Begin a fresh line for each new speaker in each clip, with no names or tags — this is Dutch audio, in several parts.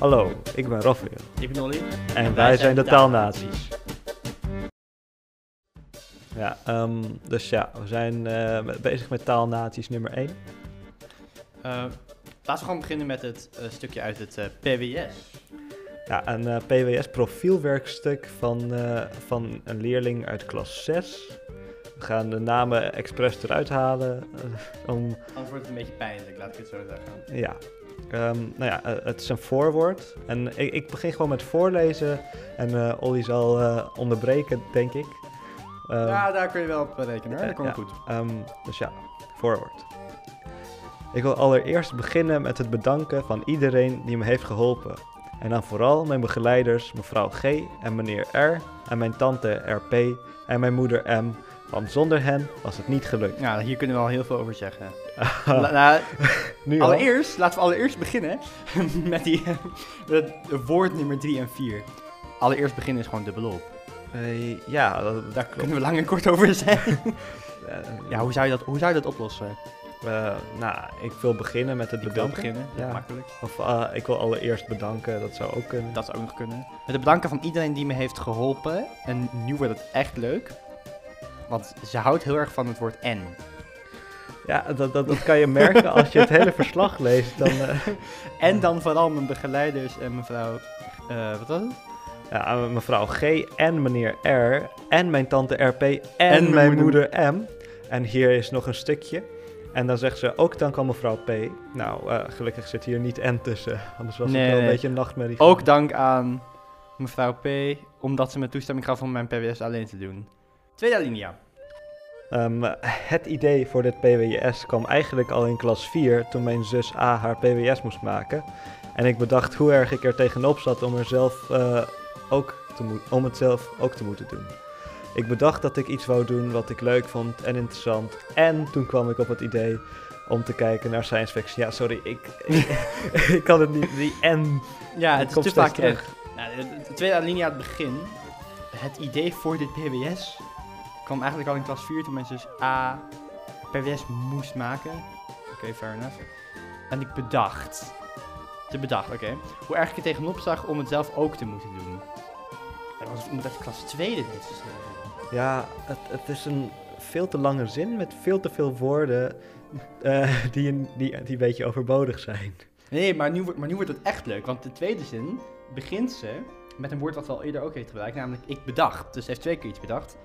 Hallo, ik ben Rafael
Ik ben Olly. En,
en wij zijn de Taalnaties. Ja, ehm, dus ja, we zijn eh, bezig met Taalnaties nummer 1.
Eh, laten we gewoon beginnen met het eh, stukje uit het eh, PWS.
Ja, een eh, PWS profielwerkstuk van, eh, van een leerling uit klas 6. We gaan de namen expres eruit halen eh, om
Anders wordt het een beetje pijnlijk, laat ik het zo zeggen.
Ja. Ehm, nou ja, eh, het is een voorwoord. En ik, ik begin gewoon met voorlezen. En eh Olly zal eh, onderbreken, denk ik. Ehm,
Eh, ja, daar kun je wel op rekenen hoor, dat komt
ja.
goed.
ehm, dus ja, voorwoord. Ik wil allereerst beginnen met het bedanken van iedereen die me heeft geholpen. En dan vooral mijn begeleiders, mevrouw G. en meneer R. En mijn tante RP en mijn moeder M. Want zonder hen was het niet gelukt.
Ja, hier kunnen we al heel veel over zeggen. La- nou,
nu al?
allereerst, laten we allereerst beginnen met die eh, met het woord nummer 3 en 4. Allereerst beginnen is gewoon dubbelop.
Eh, ja, dat, dat klopt.
Kunnen we lang en kort over zijn?
Eh,
ja, hoe zou je dat, hoe zou je dat oplossen?
Eh, nou, ik wil beginnen met het
Ik wil
bedanken.
beginnen, dat
Ja.
is makkelijk.
Of eh, ik wil allereerst bedanken, dat zou ook kunnen.
Dat zou ook nog kunnen. Met het bedanken van iedereen die me heeft geholpen. En nu wordt het echt leuk. Want ze houdt heel erg van het woord en.
Ja, dat, dat, dat kan je merken als je het hele verslag leest. Dan, eh,
En dan vooral mijn begeleiders en mevrouw... eh, wat was het?
ja, aan mevrouw G en meneer R en mijn tante RP en,
mijn
mijn
moeder.
moeder. M. En hier is nog een stukje. En dan zegt ze ook dank aan mevrouw P. Nou, eh, gelukkig zit hier niet N tussen. Anders was
Nee,
het wel
nee.
een beetje een nachtmerrie.
Ook
geworden.
dank aan mevrouw P. Omdat ze me toestemming gaf om mijn PWS alleen te doen. Tweede alinea.
Ehm, het idee voor dit PWS kwam eigenlijk al in klas 4 toen mijn zus A haar PWS moest maken. En ik bedacht hoe erg ik er tegenop zat om, er zelf, eh, ook te moe- om het zelf ook te moeten doen. Ik bedacht dat ik iets wou doen wat ik leuk vond en interessant. En toen kwam ik op het idee om te kijken naar science fiction. Ja, sorry, ik, ik, ik kan het niet. Die N.
Ja,
die
het is
komt
te
steeds
vaak terug. Nou, de- de tweede alinea aan het begin. Het idee voor dit PWS kwam eigenlijk al in klas 4 toen mensen dus A PWS moest maken. Oké, fair enough. En ik bedacht. Te bedacht, oké. Hoe erg ik er tegenop zag om het zelf ook te moeten doen. Dat was iemand uit klas 2 dit heeft geschreven.
Ja, het, het is een veel te lange zin met veel te veel woorden eh, die, een- die, die een beetje overbodig zijn.
Nee, maar nu, wordt- maar nu wordt het echt leuk. Want de tweede zin begint ze met een woord wat ze al eerder ook heeft gebruikt. Namelijk ik bedacht. Dus ze heeft twee keer iets bedacht.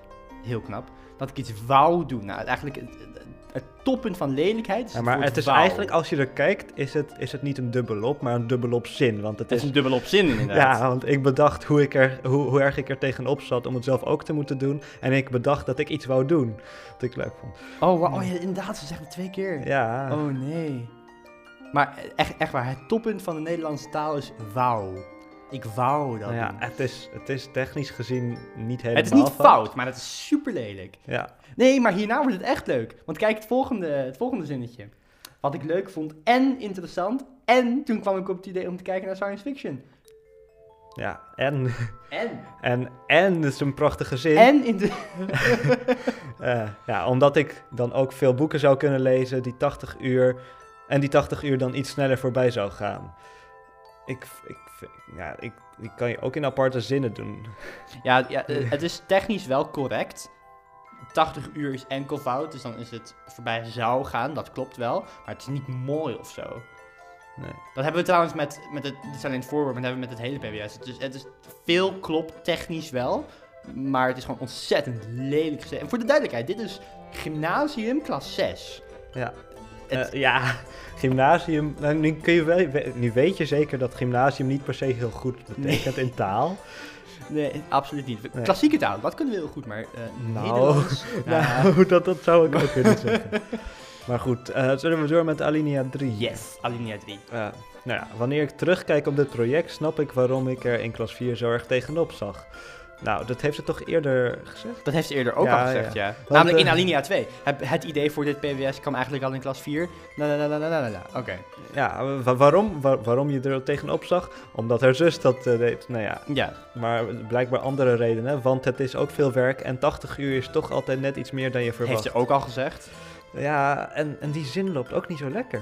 Heel knap. Dat ik iets wou doen. Nou, eigenlijk het, het- het toppunt van lelijkheid is
Ja, maar
woord
het is
wou.
eigenlijk, als je er kijkt, is het, is het niet een dubbelop, maar een dubbelop zin. Want het
Het is
is.
een dubbelop zin inderdaad.
Ja, want ik bedacht hoe, ik er, hoe, hoe erg ik er tegenop zat om het zelf ook te moeten doen. En ik bedacht dat ik iets wou doen. Wat ik leuk vond.
Oh, wauw. Oh, ja, inderdaad. Ze zegt het twee keer.
Ja,
Oh, nee. Maar echt, echt waar. Het toppunt van de Nederlandse taal is wauw. Ik wou dat
nou ja
doen.
het, is, het is technisch gezien niet helemaal.
Het is niet fout, maar het is super lelijk.
Ja,
Nee, maar hierna wordt het echt leuk. Want kijk het volgende, het volgende zinnetje. Wat ik leuk vond en interessant. En toen kwam ik op het idee om te kijken naar science fiction.
ja. En,
En?
en, en het is een prachtige zin.
En in de...
Eh, ja, omdat ik dan ook veel boeken zou kunnen lezen die 80 uur. En die 80 uur dan iets sneller voorbij zou gaan. Ik, ik, ja, ik, ik kan je ook in aparte zinnen doen.
Ja, ja, eh, het is technisch wel correct. 80 uur is enkel fout, dus dan is het voorbij zou gaan. Dat klopt wel. Maar het is niet mooi of zo.
Nee.
Dat hebben we trouwens met, met het, dit is alleen het voorwoord, maar dat hebben we met het hele PBS. Dus het is veel klopt technisch wel, maar het is gewoon ontzettend lelijk gezet. En voor de duidelijkheid, dit is gymnasium klas 6.
Ja.
Het-
Eh, ja, gymnasium. nou, nu, kun je wel, we- nu weet je zeker dat gymnasium niet per se heel goed betekent in taal.
Nee, absoluut niet.
Nee.
Klassieke taal, dat kunnen we heel goed, maar eh
Nou.
Nederlands, nou,
Nou, dat, dat zou ik ook kunnen zeggen. Maar goed, eh, zullen we door met alinea 3?
yes, alinea 3.
Eh, nou ja, wanneer ik terugkijk op dit project, snap ik waarom ik er in klas 4 zo erg tegenop zag. Nou, dat heeft ze toch eerder gezegd?
Dat heeft ze eerder ook
Ja,
al gezegd, ja.
Want,
Namelijk in
eh,
alinea 2. Het, het idee voor dit PBS kwam eigenlijk al in klas 4. La la la la la la la. Oké.
Ja, wa- waarom, wa- waarom je er tegenop zag? Omdat haar zus dat eh, deed. Nou ja,
Ja,
maar blijkbaar andere redenen, want het is ook veel werk en 80 uur is toch altijd net iets meer dan je verwacht.
heeft ze ook al gezegd.
Ja, en, en die zin loopt ook niet zo lekker.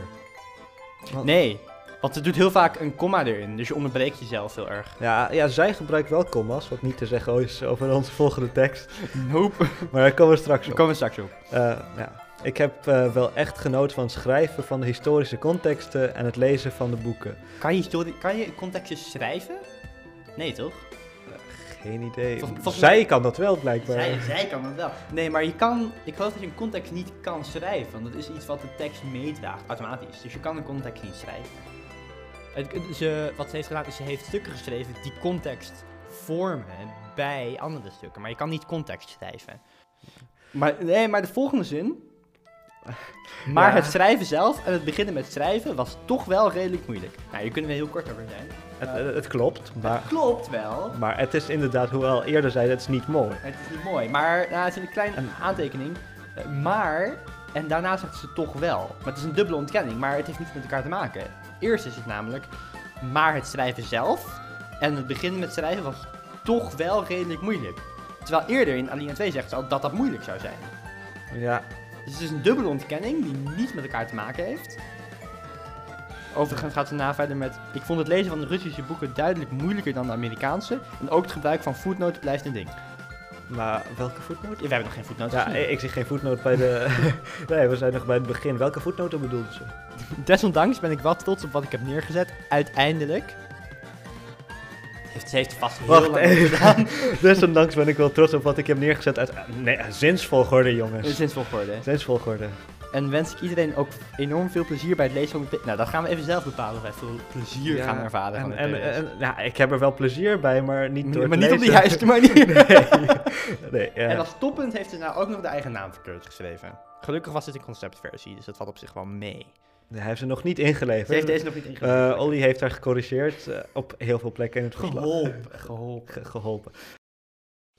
Want-
Nee, Want het doet heel vaak een komma erin, dus je onderbreekt jezelf heel erg.
Ja, ja, zij gebruikt wel commas, wat niet te zeggen is over onze volgende tekst.
Nope.
Maar daar komen we straks
Daar
op.
komen we straks op.
Eh, ja. Ik heb eh, wel echt genoten van het schrijven van de historische contexten en het lezen van de boeken.
Kan je, histori- kan je contextjes schrijven? Nee, toch?
Geen idee.
Volgens- volgens
Zij
mij-
kan dat wel blijkbaar.
Zij, zij kan dat wel. Nee, maar je kan, ik geloof dat je een context niet kan schrijven. Want dat is iets wat de tekst meedraagt, automatisch. Dus je kan een context niet schrijven. Het- het- ze, wat ze heeft gedaan is, ze heeft stukken geschreven die context vormen bij andere stukken. Maar je kan niet context schrijven. Maar, nee, maar de volgende zin. Maar
Ja.
het schrijven zelf en het beginnen met schrijven was toch wel redelijk moeilijk. Nou, hier kunnen we heel kort over zijn.
Het, het- het klopt, maar,
Klopt wel.
maar het is inderdaad, hoewel eerder zei, het is niet mooi.
Het is niet mooi, maar nou, het is een kleine aantekening. Eh, Maar, en daarna zegt ze toch wel. Maar het is een dubbele ontkenning, maar het heeft niets met elkaar te maken. Eerst is het namelijk, maar het schrijven zelf. En het beginnen met schrijven was toch wel redelijk moeilijk. Terwijl eerder in Alinea 2 zegt ze al dat dat moeilijk zou zijn.
Ja,
Dus het is een dubbele ontkenning die niets met elkaar te maken heeft. Overigens gaat ze na verder met... Ik vond het lezen van de Russische boeken duidelijk moeilijker dan de Amerikaanse. En ook het gebruik van voetnoten blijft een ding.
maar welke voetnoot?
We hebben nog geen voetnoten
Ja,
gezien.
ik, ik zie geen voetnoot bij de... nee, we zijn nog bij het begin. Welke voetnoten bedoelde ze?
Desondanks ben ik wel trots op wat ik heb neergezet. Uiteindelijk. Heeft, ze heeft vast heel
Wacht
lang
even.
gedaan.
Desondanks ben ik wel trots op wat ik heb neergezet uit... Nee, zinsvolgorde, jongens.
Sinds volgorde.
Zinsvolgorde.
En wens ik iedereen ook enorm veel plezier bij het lezen van de... pe- Nou, dat gaan we even zelf bepalen of wij veel plezier
Ja,
gaan ervaren van
En,
de
en,
PBS.
en- ja, ik heb er wel plezier bij, maar niet door
maar
het
niet op de
lezen.
juiste manier.
Nee, ja.
En als toppunt heeft ze nou ook nog de eigen naam verkeerd geschreven. Gelukkig was dit een conceptversie, dus dat valt op zich wel mee.
Hij heeft ze nog niet
Ze
ingeleverd.
heeft deze nog niet
Eh,
ingegeven.
Olly heeft haar gecorrigeerd eh, op heel veel plekken in het verslag.
geholpen. Geholpen.
Ge- geholpen.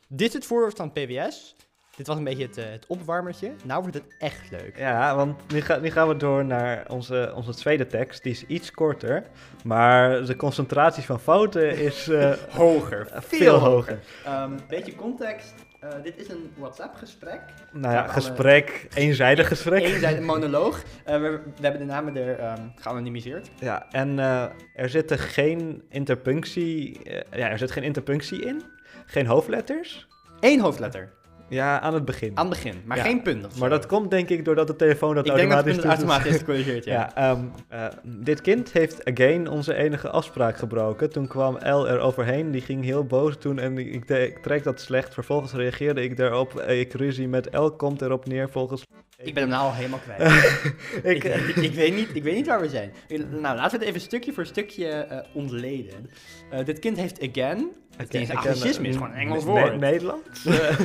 Dit is het voorwoord van PBS. Dit was een beetje het, eh, het opwarmertje. Nou wordt het echt leuk.
Ja, want nu, ga- nu gaan we door naar onze, onze tweede tekst. Die is iets korter, maar de concentratie van fouten is eh,
Hoger.
veel, hoger.
Ehm, beetje context. Eh, dit is een WhatsApp-gesprek.
Nou
Ja,
ja,
alle-
gesprek, eenzijdig gesprek.
Eenzijdig monoloog. Eh, we, we hebben de namen er ehm, geanonimiseerd.
Ja, en eh, er zitten geen interpunctie, eh, ja, er zit geen interpunctie in, geen hoofdletters.
Eén hoofdletter.
Ja, aan het begin.
Aan het begin. Maar
Ja.
geen punt. of
maar
zo.
dat komt denk ik doordat de telefoon dat
Ik denk dat
automatisch
het punt
doet.
automatisch is gecorrigeerd. Ja.
Ja, ehm, eh, dit kind heeft again onze enige afspraak gebroken. Toen kwam L er overheen, die ging heel boos toen en ik, de- ik trek dat slecht. Vervolgens reageerde ik daarop, eh, ik ruzie met L komt erop neer volgens...
Ik ben hem nou al helemaal kwijt. ik,
Ik, eh,
ik, ik weet niet, ik weet niet waar we zijn. Nou, laten we het even stukje voor stukje eh, ontleden. Eh, dit kind heeft again. Het is niet
ik
eens
ken-
anglicisme, is gewoon een Engels
Ne-
woord.
Ne- Nederlands? Eh, eh,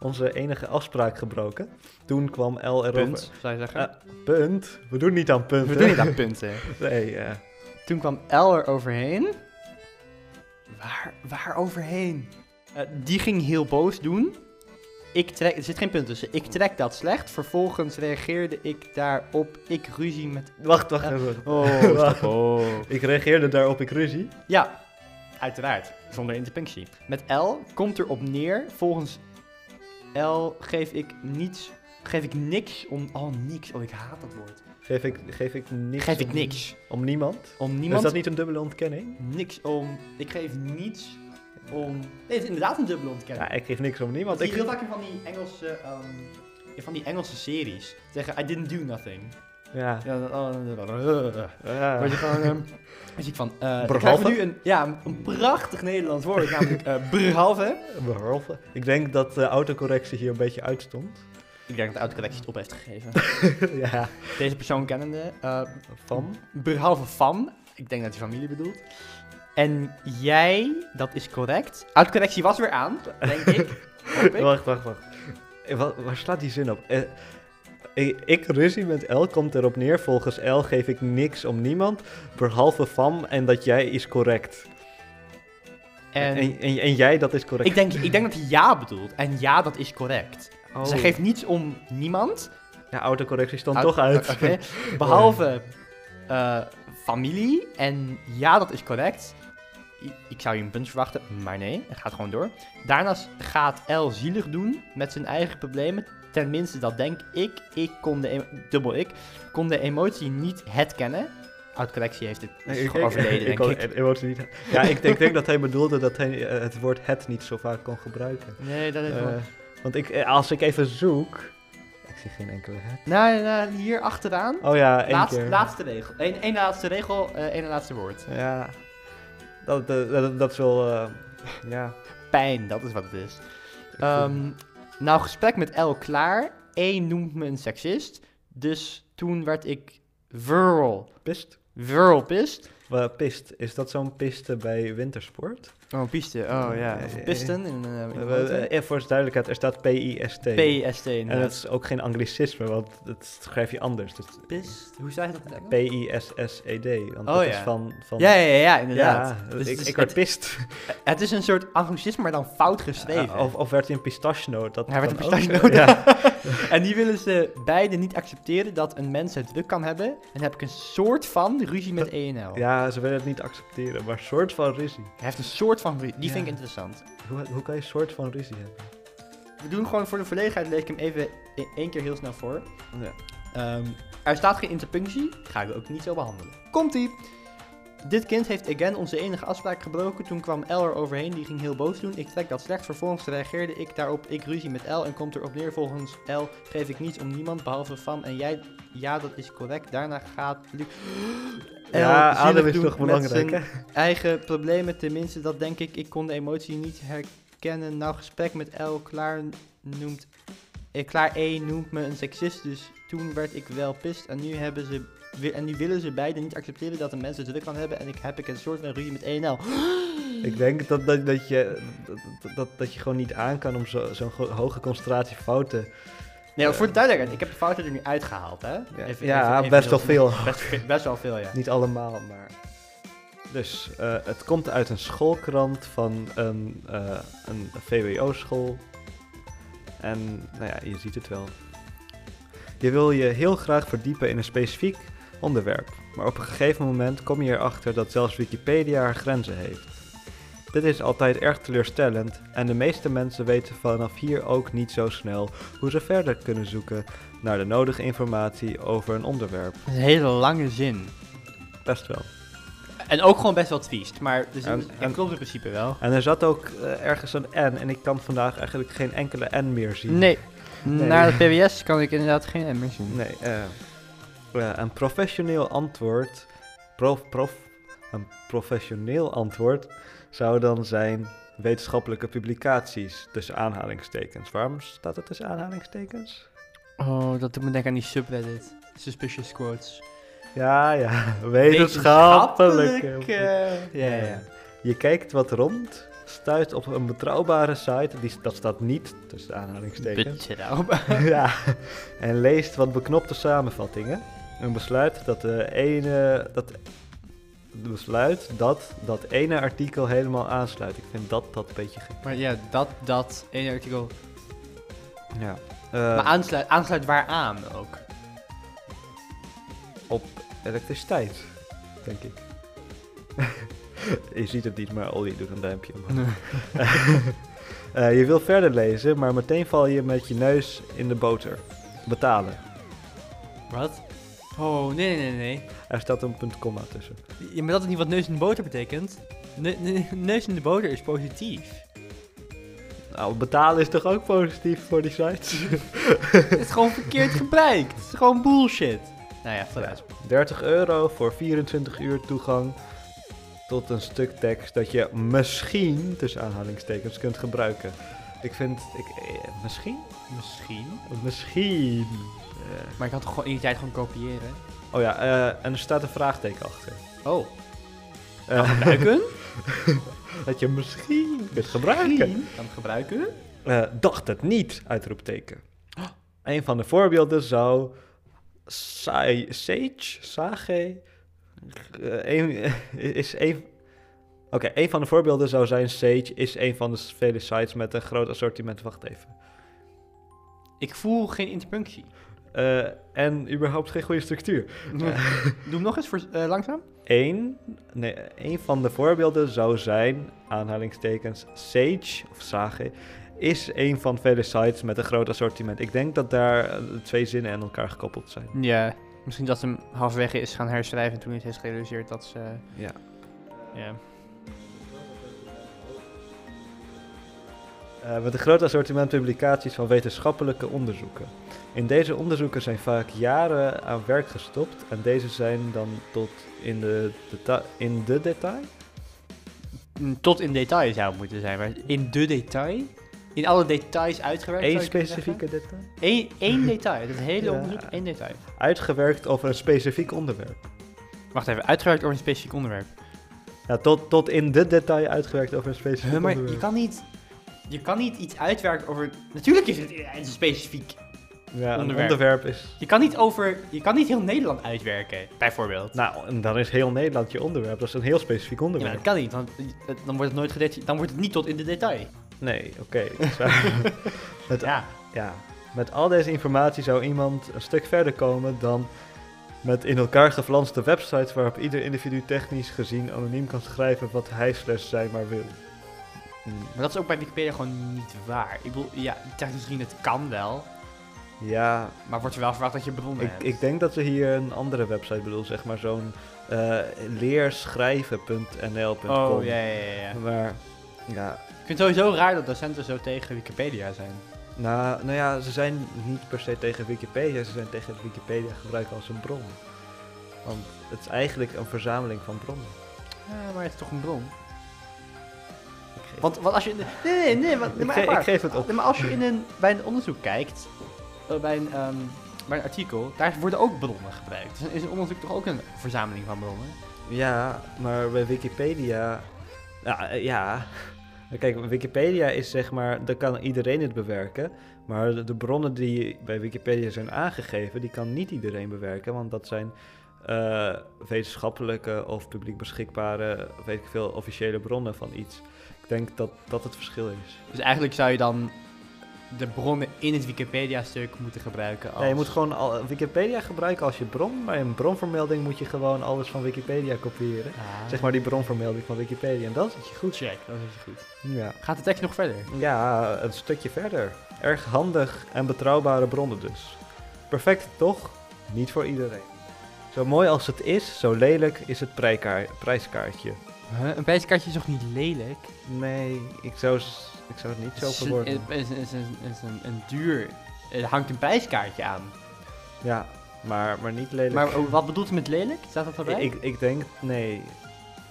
onze enige afspraak gebroken. Toen kwam L erover...
Punt, zou je zeggen.
Eh, Punt? We doen niet aan punten.
we doen niet aan punten.
Nee, eh,
Toen kwam L er overheen. Waar, waar overheen? Eh, die ging heel boos doen. Ik trek, er zit geen punt tussen. Ik trek dat slecht. Vervolgens reageerde ik daarop. Ik ruzie met.
Wacht, wacht even.
Oh,
Wacht. Ik reageerde daarop, ik ruzie.
Ja, uiteraard. Zonder interpunctie. Met L komt erop neer. Volgens L geef ik niets. Geef ik niks om. Oh, niks. Oh, ik haat dat woord.
Geef ik, geef ik niks.
Geef ik
om-
niks.
Om niemand?
Om niemand.
Is dat niet een dubbele ontkenning?
Niks om. Ik geef niets om. Nee, het is inderdaad een dubbele ontkenning.
Ja, ik geef niks om niemand.
Want ik
Ik,
heel vaak in van die Engelse, ehm, in van die Engelse series zeggen I didn't do nothing.
ja.
Ja, dan- oh, dan- dan- dan- dan- dan-
Ja.
Word je gewoon, ehm, dan zie ik van, eh,
Behalve?
krijgen we nu een, ja, een- een prachtig Nederlands woord, namelijk eh behalve.
Behalve. Ik denk dat de autocorrectie hier een beetje uitstond.
Ik denk dat de autocorrectie het op heeft gegeven.
ja.
Deze persoon kennende, eh,
Van?
behalve van, ik denk dat hij familie bedoelt. En jij, dat is correct. Autocorrectie was weer aan, denk ik. Hoop ik.
Wacht, wacht, wacht. Eh, wa- waar slaat die zin op? Eh, ik, ik ruzie met L komt erop neer. Volgens L geef ik niks om niemand. Behalve van en dat jij is correct. En,
En
en, en, jij, dat is correct.
ik denk, ik denk dat hij ja bedoelt. En ja, dat is correct.
Oh.
Ze geeft niets om niemand.
Ja, autocorrectie stond
Houd-
toch uit.
Oké. Behalve eh, familie. En ja, dat is correct. I- Ik zou je een punt verwachten, maar nee, het gaat gewoon door. Daarnaast gaat L zielig doen met zijn eigen problemen. Tenminste, dat denk ik. Ik kon de, em- dubbel ik, kon de emotie niet herkennen. oud collectie heeft het is
ik-
gewoon overleden,
ik- ik
denk
kon-
ik.
en emotie niet. Ja, ik denk, denk dat hij bedoelde dat hij eh, het woord het niet zo vaak kon gebruiken.
Nee, dat is
Eh,
wel...
want ik, eh, als ik even zoek. Ik zie geen enkele het.
Nou, nou, hier achteraan.
Oh ja, één
Laatste,
keer.
laatste regel. Eén één laatste regel, eh één laatste woord.
Ja, dat, eh, dat, dat is wel. eh, ja.
Pijn, dat is wat het is.
Ik voel-
Ehm, nou, gesprek met El klaar. Eén noemt me een seksist. Dus toen werd ik viral.
pist.
Viral pist.
Wa- pist. Is dat zo'n piste bij wintersport?
Oh, piste. Oh ja. Of
Eh,
pisten. In, eh, in
Eh,
de auto.
eh, voor de duidelijkheid, er staat P-I-S-T.
PST
En dat
inderdaad.
is ook geen anglicisme, want dat schrijf je anders. Dus
Pist. Hoe zei je dat? nou?
P-I-S-S-E-D. E Want
Oh,
dat
ja.
is van... van
Ja, ja, ja, ja,
Ja,
inderdaad.
dat-
Dus
ik, Ah,
het is-
ik werd pist.
het, het is een soort anglicisme, maar dan fout geschreven.
of, of werd hij een pistachenoot? Dat
Hij werd een
kan ook, eh,
pistachenoot.
Ja.
En die willen ze beide niet accepteren dat een mens het druk kan hebben. En dan heb ik een soort van ruzie met ENL.
ja, ze willen het niet accepteren, maar soort van ruzie.
Hij heeft een soort van ruzie. Die
Ja.
vind ik interessant.
Hoe, hoe kan je soort van ruzie hebben?
We doen gewoon voor de volledigheid, lees ik hem even i- één keer heel snel voor.
Ja.
Ehm, er staat geen interpunctie, ga ik ook niet zo behandelen. Komt-ie! Dit kind heeft again onze enige afspraak gebroken. Toen kwam L er overheen, die ging heel boos doen. Ik trek dat slecht. Vervolgens reageerde ik daarop. Ik ruzie met L en komt erop neer. Volgens L geef ik niets om niemand behalve van en jij. Ja, dat is correct. Daarna gaat Luc.
Ja,
zielig
adem is
doen
toch
met
belangrijk,
zijn Eigen problemen, tenminste, dat denk ik. Ik kon de emotie niet herkennen. Nou, gesprek met L. Klaar noemt. eh, Klaar E noemt me een seksist, dus toen werd ik wel pist. En nu, hebben ze, wi- en nu willen ze beiden niet accepteren dat een mens het druk kan hebben. En ik heb ik een soort van ruzie met E ENL.
Ik denk dat, dat, dat, je, dat, dat, dat je gewoon niet aan kan om zo- zo'n go- hoge concentratie fouten.
Nee, want voor de
Eh.
duidelijkheid, ik heb de fouten er nu uitgehaald, hè?
Ja, ja, best
heel
wel veel.
snel. Best, best wel veel, ja.
Niet allemaal, maar. Dus eh, het komt uit een schoolkrant van een, eh, een VWO-school. En nou ja, je ziet het wel. Je wil je heel graag verdiepen in een specifiek onderwerp. Maar op een gegeven moment kom je erachter dat zelfs Wikipedia haar grenzen heeft. Dit is altijd erg teleurstellend en de meeste mensen weten vanaf hier ook niet zo snel hoe ze verder kunnen zoeken naar de nodige informatie over een onderwerp.
Een hele lange zin.
Best wel.
En ook gewoon best wel triest, maar de zin
En-
dat
en-
klopt in principe wel.
En er zat ook eh, ergens een N en ik kan vandaag eigenlijk geen enkele N meer zien.
Nee,
Nee.
naar de PBS kan ik inderdaad geen meer zien.
Nee, eh, eh, een professioneel antwoord, prof, prof, een professioneel antwoord zou dan zijn wetenschappelijke publicaties tussen aanhalingstekens. Waarom staat het tussen aanhalingstekens?
Oh, dat doet me denken aan die subreddit. Suspicious quotes.
Ja, ja, wetenschappelijke.
eh. Ja, ja, ja.
Je kijkt wat rond, stuit op een betrouwbare site, die, dat staat niet tussen aanhalingstekens.
Betrouwbaar.
ja, en leest wat beknopte samenvattingen. En besluit dat de ene. Dat, besluit dat dat ene artikel helemaal aansluit. Ik vind dat dat een beetje gek.
Maar ja, dat, dat, één artikel.
Ja.
maar aansluit, aansluit waaraan ook.
op elektriciteit, denk ik. je ziet het niet, maar Olly doet een duimpje omhoog. Eh, je wil verder lezen, maar meteen val je met je neus in de boter. Betalen.
Wat? Oh, nee, nee, nee, nee.
Er staat een punt komma tussen.
Ja, maar dat is niet wat neus in de boter betekent. Ne- ne- neus in de boter is positief.
Nou, betalen is toch ook positief voor die sites?
Het is gewoon verkeerd gebruikt. Het is gewoon bullshit. Nou ja, vooruit.
30 euro voor 24 uur toegang tot een stuk tekst dat je misschien, tussen aanhalingstekens, kunt gebruiken. Ik vind, ik, eh, misschien?
Misschien.
Misschien. Eh,
Maar ik had toch gewoon in die tijd gewoon kopiëren.
oh ja, eh, en er staat een vraagteken achter.
Oh.
Eh,
Gebruiken?
dat je misschien kunt gebruiken.
Kan gebruiken?
Eh, dacht het niet, uitroepteken. Een van de voorbeelden zou Sai- Sage, Sage, eh, een- is een... Oké, een van de voorbeelden zou zijn Sage is een van de vele sites met een groot assortiment. Wacht even.
Ik voel geen interpunctie.
Eh, en überhaupt geen goede structuur.
Doe hem nog eens voor, eh, langzaam.
Eén, nee, een van de voorbeelden zou zijn, aanhalingstekens, Sage of Sage is een van vele sites met een groot assortiment. Ik denk dat daar eh, twee zinnen aan elkaar gekoppeld zijn.
Ja. Misschien dat ze hem halfweg is gaan herschrijven en toen is hij gerealiseerd dat ze...
Ja.
Ja.
Eh, met een groot assortiment publicaties van wetenschappelijke onderzoeken. In deze onderzoeken zijn vaak jaren aan werk gestopt en deze zijn dan tot in de, deta- in de detail?
Mm, Tot in detail zou het moeten zijn, maar in de detail? In alle details uitgewerkt
Eén
zou je kunnen
specifieke detail?
zeggen? Eén één detail, dat hele
Ja.
onderzoek, één detail.
Uitgewerkt over een specifiek onderwerp.
Wacht even, uitgewerkt over een specifiek onderwerp.
Ja, tot, tot in de detail uitgewerkt over een specifiek
Huh, maar
onderwerp.
je kan niet... Je kan niet iets uitwerken over... Natuurlijk is het eh, specifiek.
ja, een
onderwerp.
onderwerp is...
Je kan niet over... Je kan niet heel Nederland uitwerken, bijvoorbeeld.
Nou, en dan is heel Nederland je onderwerp. Dat is een heel specifiek
Ja, maar
onderwerp.
dat kan niet, want eh, dan wordt het nooit gedetailleerd. Dan wordt het niet tot in de detail.
Nee, oké. ik zou- Het-
Ja.
Ja, met al deze informatie zou iemand een stuk verder komen dan met in elkaar geflanste websites waarop ieder individu technisch gezien anoniem kan schrijven wat hij slash zij maar wil. Mm,
Maar dat is ook bij Wikipedia gewoon niet waar. Ik bedoel, ja, technisch gezien, het kan wel.
Ja,
Maar wordt er wel verwacht dat je bronnen
ik,
hebt.
ik denk dat we hier een andere website bedoelen, zeg maar zo'n eh, leerschrijven.nl.com.
Oh, ja, ja, ja, ja.
Maar ja,
Ik vind het sowieso raar dat docenten zo tegen Wikipedia zijn.
nou, nou ja, ze zijn niet per se tegen Wikipedia, ze zijn tegen het Wikipedia gebruiken als een bron. Want het is eigenlijk een verzameling van bronnen.
Ja, maar het is toch een bron?
Ik geef-
Want, want als je... in de- Nee, nee, nee, maar, nee,
Ik
maar
ge-
echt waar.
ik geef het op.
Nee, maar als je in een, bij een onderzoek kijkt, eh, bij een, ehm, bij een artikel, daar worden ook bronnen gebruikt. Dus is een onderzoek toch ook een verzameling van bronnen?
Ja, maar bij Wikipedia. Ja, eh, ja. Kijk, Wikipedia is zeg maar. Daar kan iedereen het bewerken. Maar de, de bronnen die bij Wikipedia zijn aangegeven. die kan niet iedereen bewerken. Want dat zijn. eh, wetenschappelijke of publiek beschikbare. weet ik veel. officiële bronnen van iets. Ik denk dat dat het verschil is.
Dus eigenlijk zou je dan de bronnen in het Wikipedia-stuk moeten gebruiken als...
Nee, je moet gewoon al, Wikipedia gebruiken als je bron. Bij een bronvermelding moet je gewoon alles van Wikipedia kopiëren.
Ah,
Zeg maar die bronvermelding van Wikipedia. En dan zit je goed.
Check, dat is goed.
Ja.
Gaat de tekst nog verder?
Ja, een stukje verder. Erg handig en betrouwbare bronnen dus. Perfect toch? Niet voor iedereen. Zo mooi als het is, zo lelijk is het prijkaar- prijskaartje.
Een prijskaartje is toch niet lelijk?
Nee, ik zou, s- ik zou het niet zo
Het is een-
verwoorden.
het is, het is een- het is een, een duur... Er hangt een prijskaartje aan.
Ja, maar, maar niet lelijk.
Maar oh, wat bedoelt ze met lelijk? Staat dat erbij?
ik, ik denk, nee.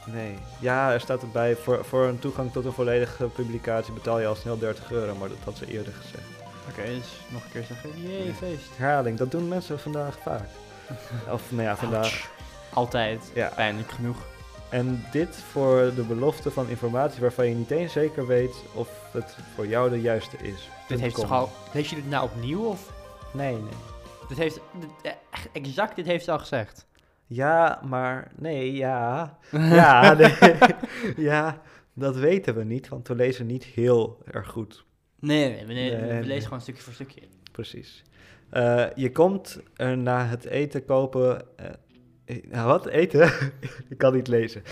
Nee. Ja, er staat erbij, voor, voor een toegang tot een volledige publicatie betaal je al snel 30 euro, maar dat had ze eerder gezegd.
Oké, dus nog een keer zeggen. Jee,
Ja.
feest.
Herhaling, dat doen mensen vandaag vaak. Of nou ja, vandaag.
Altijd.
Ja.
Pijnlijk genoeg.
En dit voor de belofte van informatie waarvan je niet eens zeker weet of het voor jou de juiste is.
Dit heeft
.com.
toch al... Lees je dit nou opnieuw of...
Nee, nee.
Dit heeft... dit- eh, echt exact dit heeft ze al gezegd.
Ja, maar nee, ja. Ja, nee. ja, dat weten we niet, want we lezen niet heel erg goed.
Nee, nee, we, nee, we
Nee, nee.
lezen gewoon stukje voor stukje.
Precies. Eh, je komt er na het eten kopen. eh, eh, wat eten? ik kan niet lezen.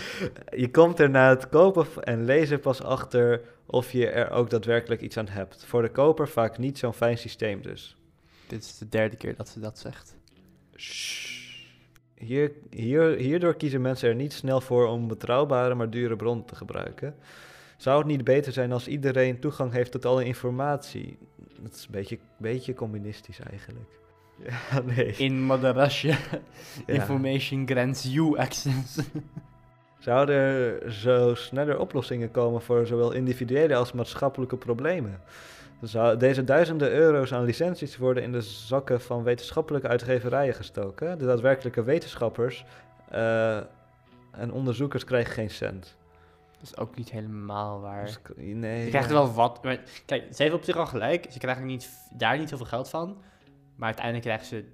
Je komt er na het kopen v- en lezen pas achter of je er ook daadwerkelijk iets aan hebt. Voor de koper vaak niet zo'n fijn systeem dus.
Dit is de derde keer dat ze dat zegt.
Hier, hier, hierdoor kiezen mensen er niet snel voor om betrouwbare maar dure bronnen te gebruiken. Zou het niet beter zijn als iedereen toegang heeft tot alle informatie? Dat is een beetje, beetje communistisch eigenlijk. Ja, nee.
In Madarasje.
Ja.
Information grants you access.
Zouden er zo sneller oplossingen komen voor zowel individuele als maatschappelijke problemen? Zou deze duizenden euro's aan licenties worden in de zakken van wetenschappelijke uitgeverijen gestoken? De daadwerkelijke wetenschappers eh, en onderzoekers krijgen geen cent.
dat is ook niet helemaal waar.
Dus k- nee,
Je krijgt er
ja.
wel wat. Maar kijk, ze heeft op zich al gelijk. Ze krijgen niet, daar niet heel veel geld van. Maar uiteindelijk krijgen ze,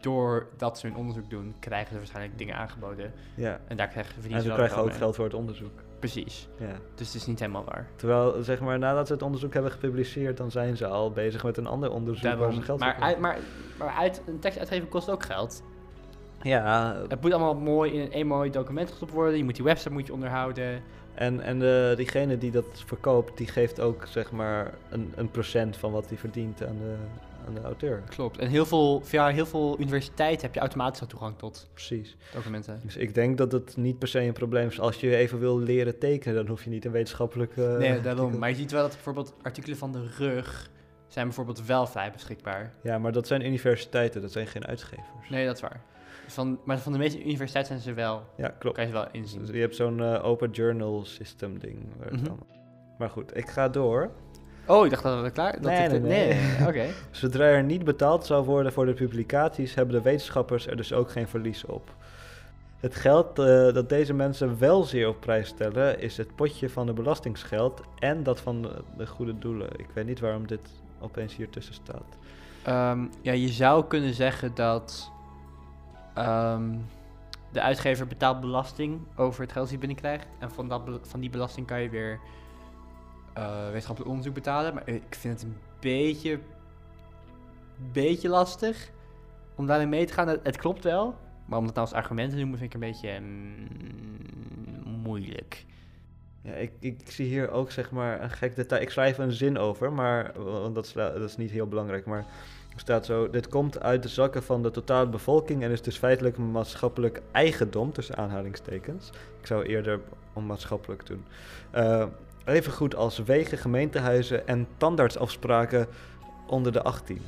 doordat ze hun onderzoek doen, krijgen ze waarschijnlijk dingen aangeboden.
Ja.
En daar krijgen verdienen
En
ze
ze
wel
krijgen ook
geld mee.
geld voor het onderzoek.
Precies.
Ja.
Dus het is niet helemaal waar.
Terwijl, zeg maar, nadat ze het onderzoek hebben gepubliceerd, dan zijn ze al bezig met een ander onderzoek waar Dus ze
Daarom-
geld voor
maar, uit,
krijgen.
maar, maar uit, een tekst uitgeven kost ook geld.
Ja,
Het moet allemaal mooi in een mooi document gestopt worden. Je moet die website moet je onderhouden.
En, en eh, diegene die dat verkoopt, die geeft ook zeg maar een, een procent van wat hij verdient aan de, aan de auteur.
Klopt. En heel veel, via heel veel universiteiten heb je automatisch al toegang tot
Precies.
documenten.
Dus ik denk dat het niet per se een probleem is. Als je even wil leren tekenen, dan hoef je niet een wetenschappelijk... eh,
nee, daarom.
artikel-
Maar je ziet wel dat bijvoorbeeld artikelen van de rug zijn bijvoorbeeld wel vrij beschikbaar.
Ja, maar dat zijn universiteiten, dat zijn geen uitgevers.
Nee, dat is waar. Dus van, maar van de meeste universiteiten zijn ze wel,
Ja, klopt.
kan je ze wel
Dus
inzien.
je hebt zo'n eh, open journal system ding. waar het
Mhm.
allemaal- Maar goed, ik ga door.
Oh, ik dacht dat we klaar dat
Nee,
ik de-
nee, nee.
Oké.
Zodra er niet betaald zou worden voor de publicaties, hebben de wetenschappers er dus ook geen verlies op. Het geld eh, dat deze mensen wel zeer op prijs stellen, is het potje van de belastingsgeld en dat van de, de goede doelen. Ik weet niet waarom dit opeens hier tussen staat.
Ehm, ja, je zou kunnen zeggen dat ehm, de uitgever betaalt belasting over het geld dat hij binnenkrijgt. En van, dat bel- van die belasting kan je weer eh, wetenschappelijk onderzoek betalen. Maar ik vind het een beetje, beetje lastig om daarin mee te gaan. Het, het klopt wel, maar om dat nou als argument te noemen vind ik een beetje mm, moeilijk.
Ja, ik, ik zie hier ook zeg maar een gek detail. Ik schrijf een zin over, maar want dat, sla- dat is niet heel belangrijk. Maar er staat zo: Dit komt uit de zakken van de totale bevolking en is dus feitelijk maatschappelijk eigendom, tussen aanhalingstekens. Ik zou eerder onmaatschappelijk doen. Eh evengoed als wegen, gemeentehuizen en tandartsafspraken onder de 18.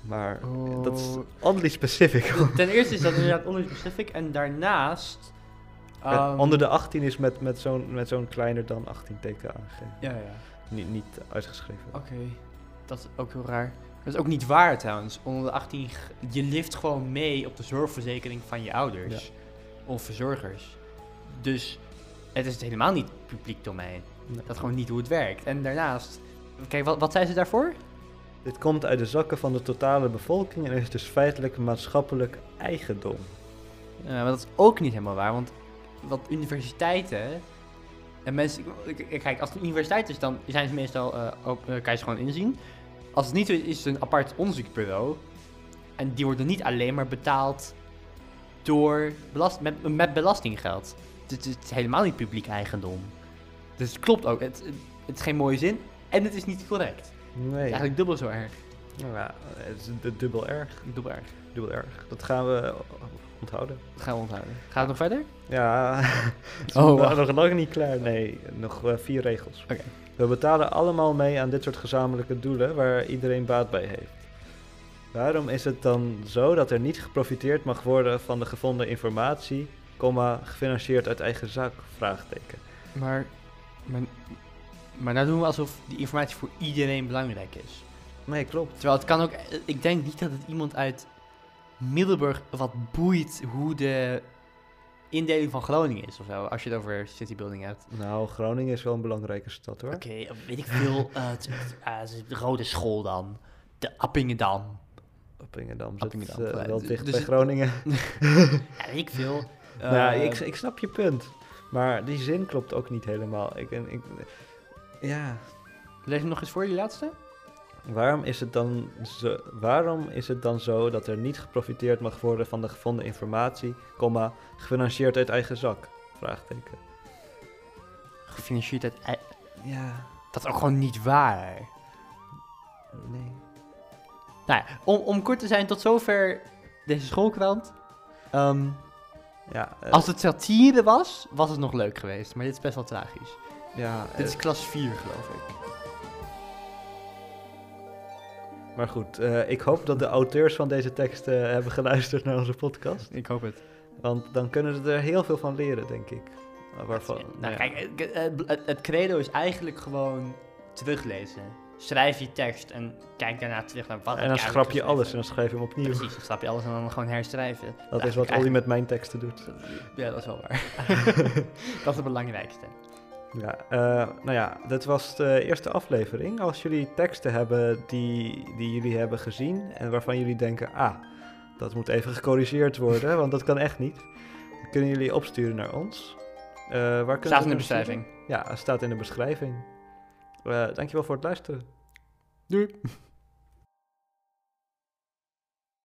Maar dat is oddly specific.
Ten eerste is dat inderdaad onderzoeksspecific en daarnaast... ehm,
onder de 18 is met, met zo'n met zo'n kleiner dan 18 teken aangegeven.
Ja, ja.
Niet, niet uitgeschreven.
Oké, dat is ook heel raar. Dat is ook niet waar trouwens. Onder de 18, g- je leeft gewoon mee op de zorgverzekering van je ouders of verzorgers. Dus het is helemaal niet publiek domein.
Nee.
Dat is gewoon niet hoe het werkt. En daarnaast, kijk, wat, wat zijn ze daarvoor?
Dit komt uit de zakken van de totale bevolking en is dus feitelijk maatschappelijk eigendom.
Ja, Eh, maar dat is ook niet helemaal waar, want wat universiteiten en mensen, k- k- kijk, als het een universiteit is, dan zijn ze meestal eh, op- eh, kan je ze gewoon inzien. Als het niet zo is, is het een apart onderzoeksbureau en die worden niet alleen maar betaald door belast, met, met belastinggeld. Dus het is helemaal niet publiek eigendom. Dus het klopt ook. Het, het, het is geen mooie zin en het is niet correct. Het is
Nee.
eigenlijk dubbel zo erg.
Nou Ja, het is du- dubbel erg.
Dubbel erg.
Dubbel erg. Dat gaan we onthouden.
Dat gaan we onthouden. Gaat het nog verder?
Ja, het is
Oh,
nog-
wacht.
nog lang niet klaar. Nee, nog eh, vier regels.
Oké.
We betalen allemaal mee aan dit soort gezamenlijke doelen waar iedereen baat bij heeft. Waarom is het dan zo dat er niet geprofiteerd mag worden van de gevonden informatie, comma, gefinancierd uit eigen zak? Vraagteken.
Maar, maar, maar nou doen we alsof die informatie voor iedereen belangrijk is.
Nee, klopt.
Terwijl het kan ook, ik denk niet dat het iemand uit Middelburg wat boeit hoe de indeling van Groningen is of zo. Als je het over citybuilding hebt.
Nou, Groningen is wel een belangrijke stad hoor.
Oké, weet ik veel. eh, het- het- ah, het is de rode school dan. De Appingedam.
Appingedam zit
Appingedam,
eh,
ja,
wel
d-
dicht
dus
bij
het-
Groningen.
Ja, weet ik veel.
nou,
Eh,
ik, ik snap je punt. Maar die zin klopt ook niet helemaal. Ik, en ik, ja.
Lees hem nog eens voor, die laatste?
Waarom is, het dan zo, waarom is het dan zo dat er niet geprofiteerd mag worden van de gevonden informatie, comma, gefinancierd uit eigen zak? Vraagteken.
Gefinancierd uit... ei-
Ja,
Dat is ook gewoon niet waar.
nee.
Nou ja, om, om kort te zijn, tot zover deze schoolkrant. Ehm,
Ja, eh,
als het satire was, was het nog leuk geweest. Maar dit is best wel tragisch.
ja eh,
Dit is klas 4, geloof ik.
maar goed, eh, ik hoop dat de auteurs van deze teksten hebben geluisterd naar onze podcast.
Ik hoop het.
Want dan kunnen ze er heel veel van leren, denk ik. Waarvan,
nou,
ja.
kijk, het, het- het- het credo is eigenlijk gewoon teruglezen. Schrijf je tekst en kijk daarna terug naar wat
En dan schrap je alles en dan schrijf je hem opnieuw.
Precies, dan schrap je alles en dan gewoon herschrijven.
Dat is
Eigenlijk-
wat Olly met mijn teksten doet.
eigenlijk- Ja, dat is wel waar. dat is het belangrijkste.
Ja, eh, nou ja, dat was de eerste aflevering. Als jullie teksten hebben die, die jullie hebben gezien en waarvan jullie denken, ah, dat moet even gecorrigeerd worden, want dat kan echt niet. Dan kunnen jullie opsturen naar ons. Eh, waar kunnen
Staat
we
in de
het opsturen?
beschrijving.
Ja, het staat in de beschrijving. Eh, dankjewel voor het luisteren.
Doei.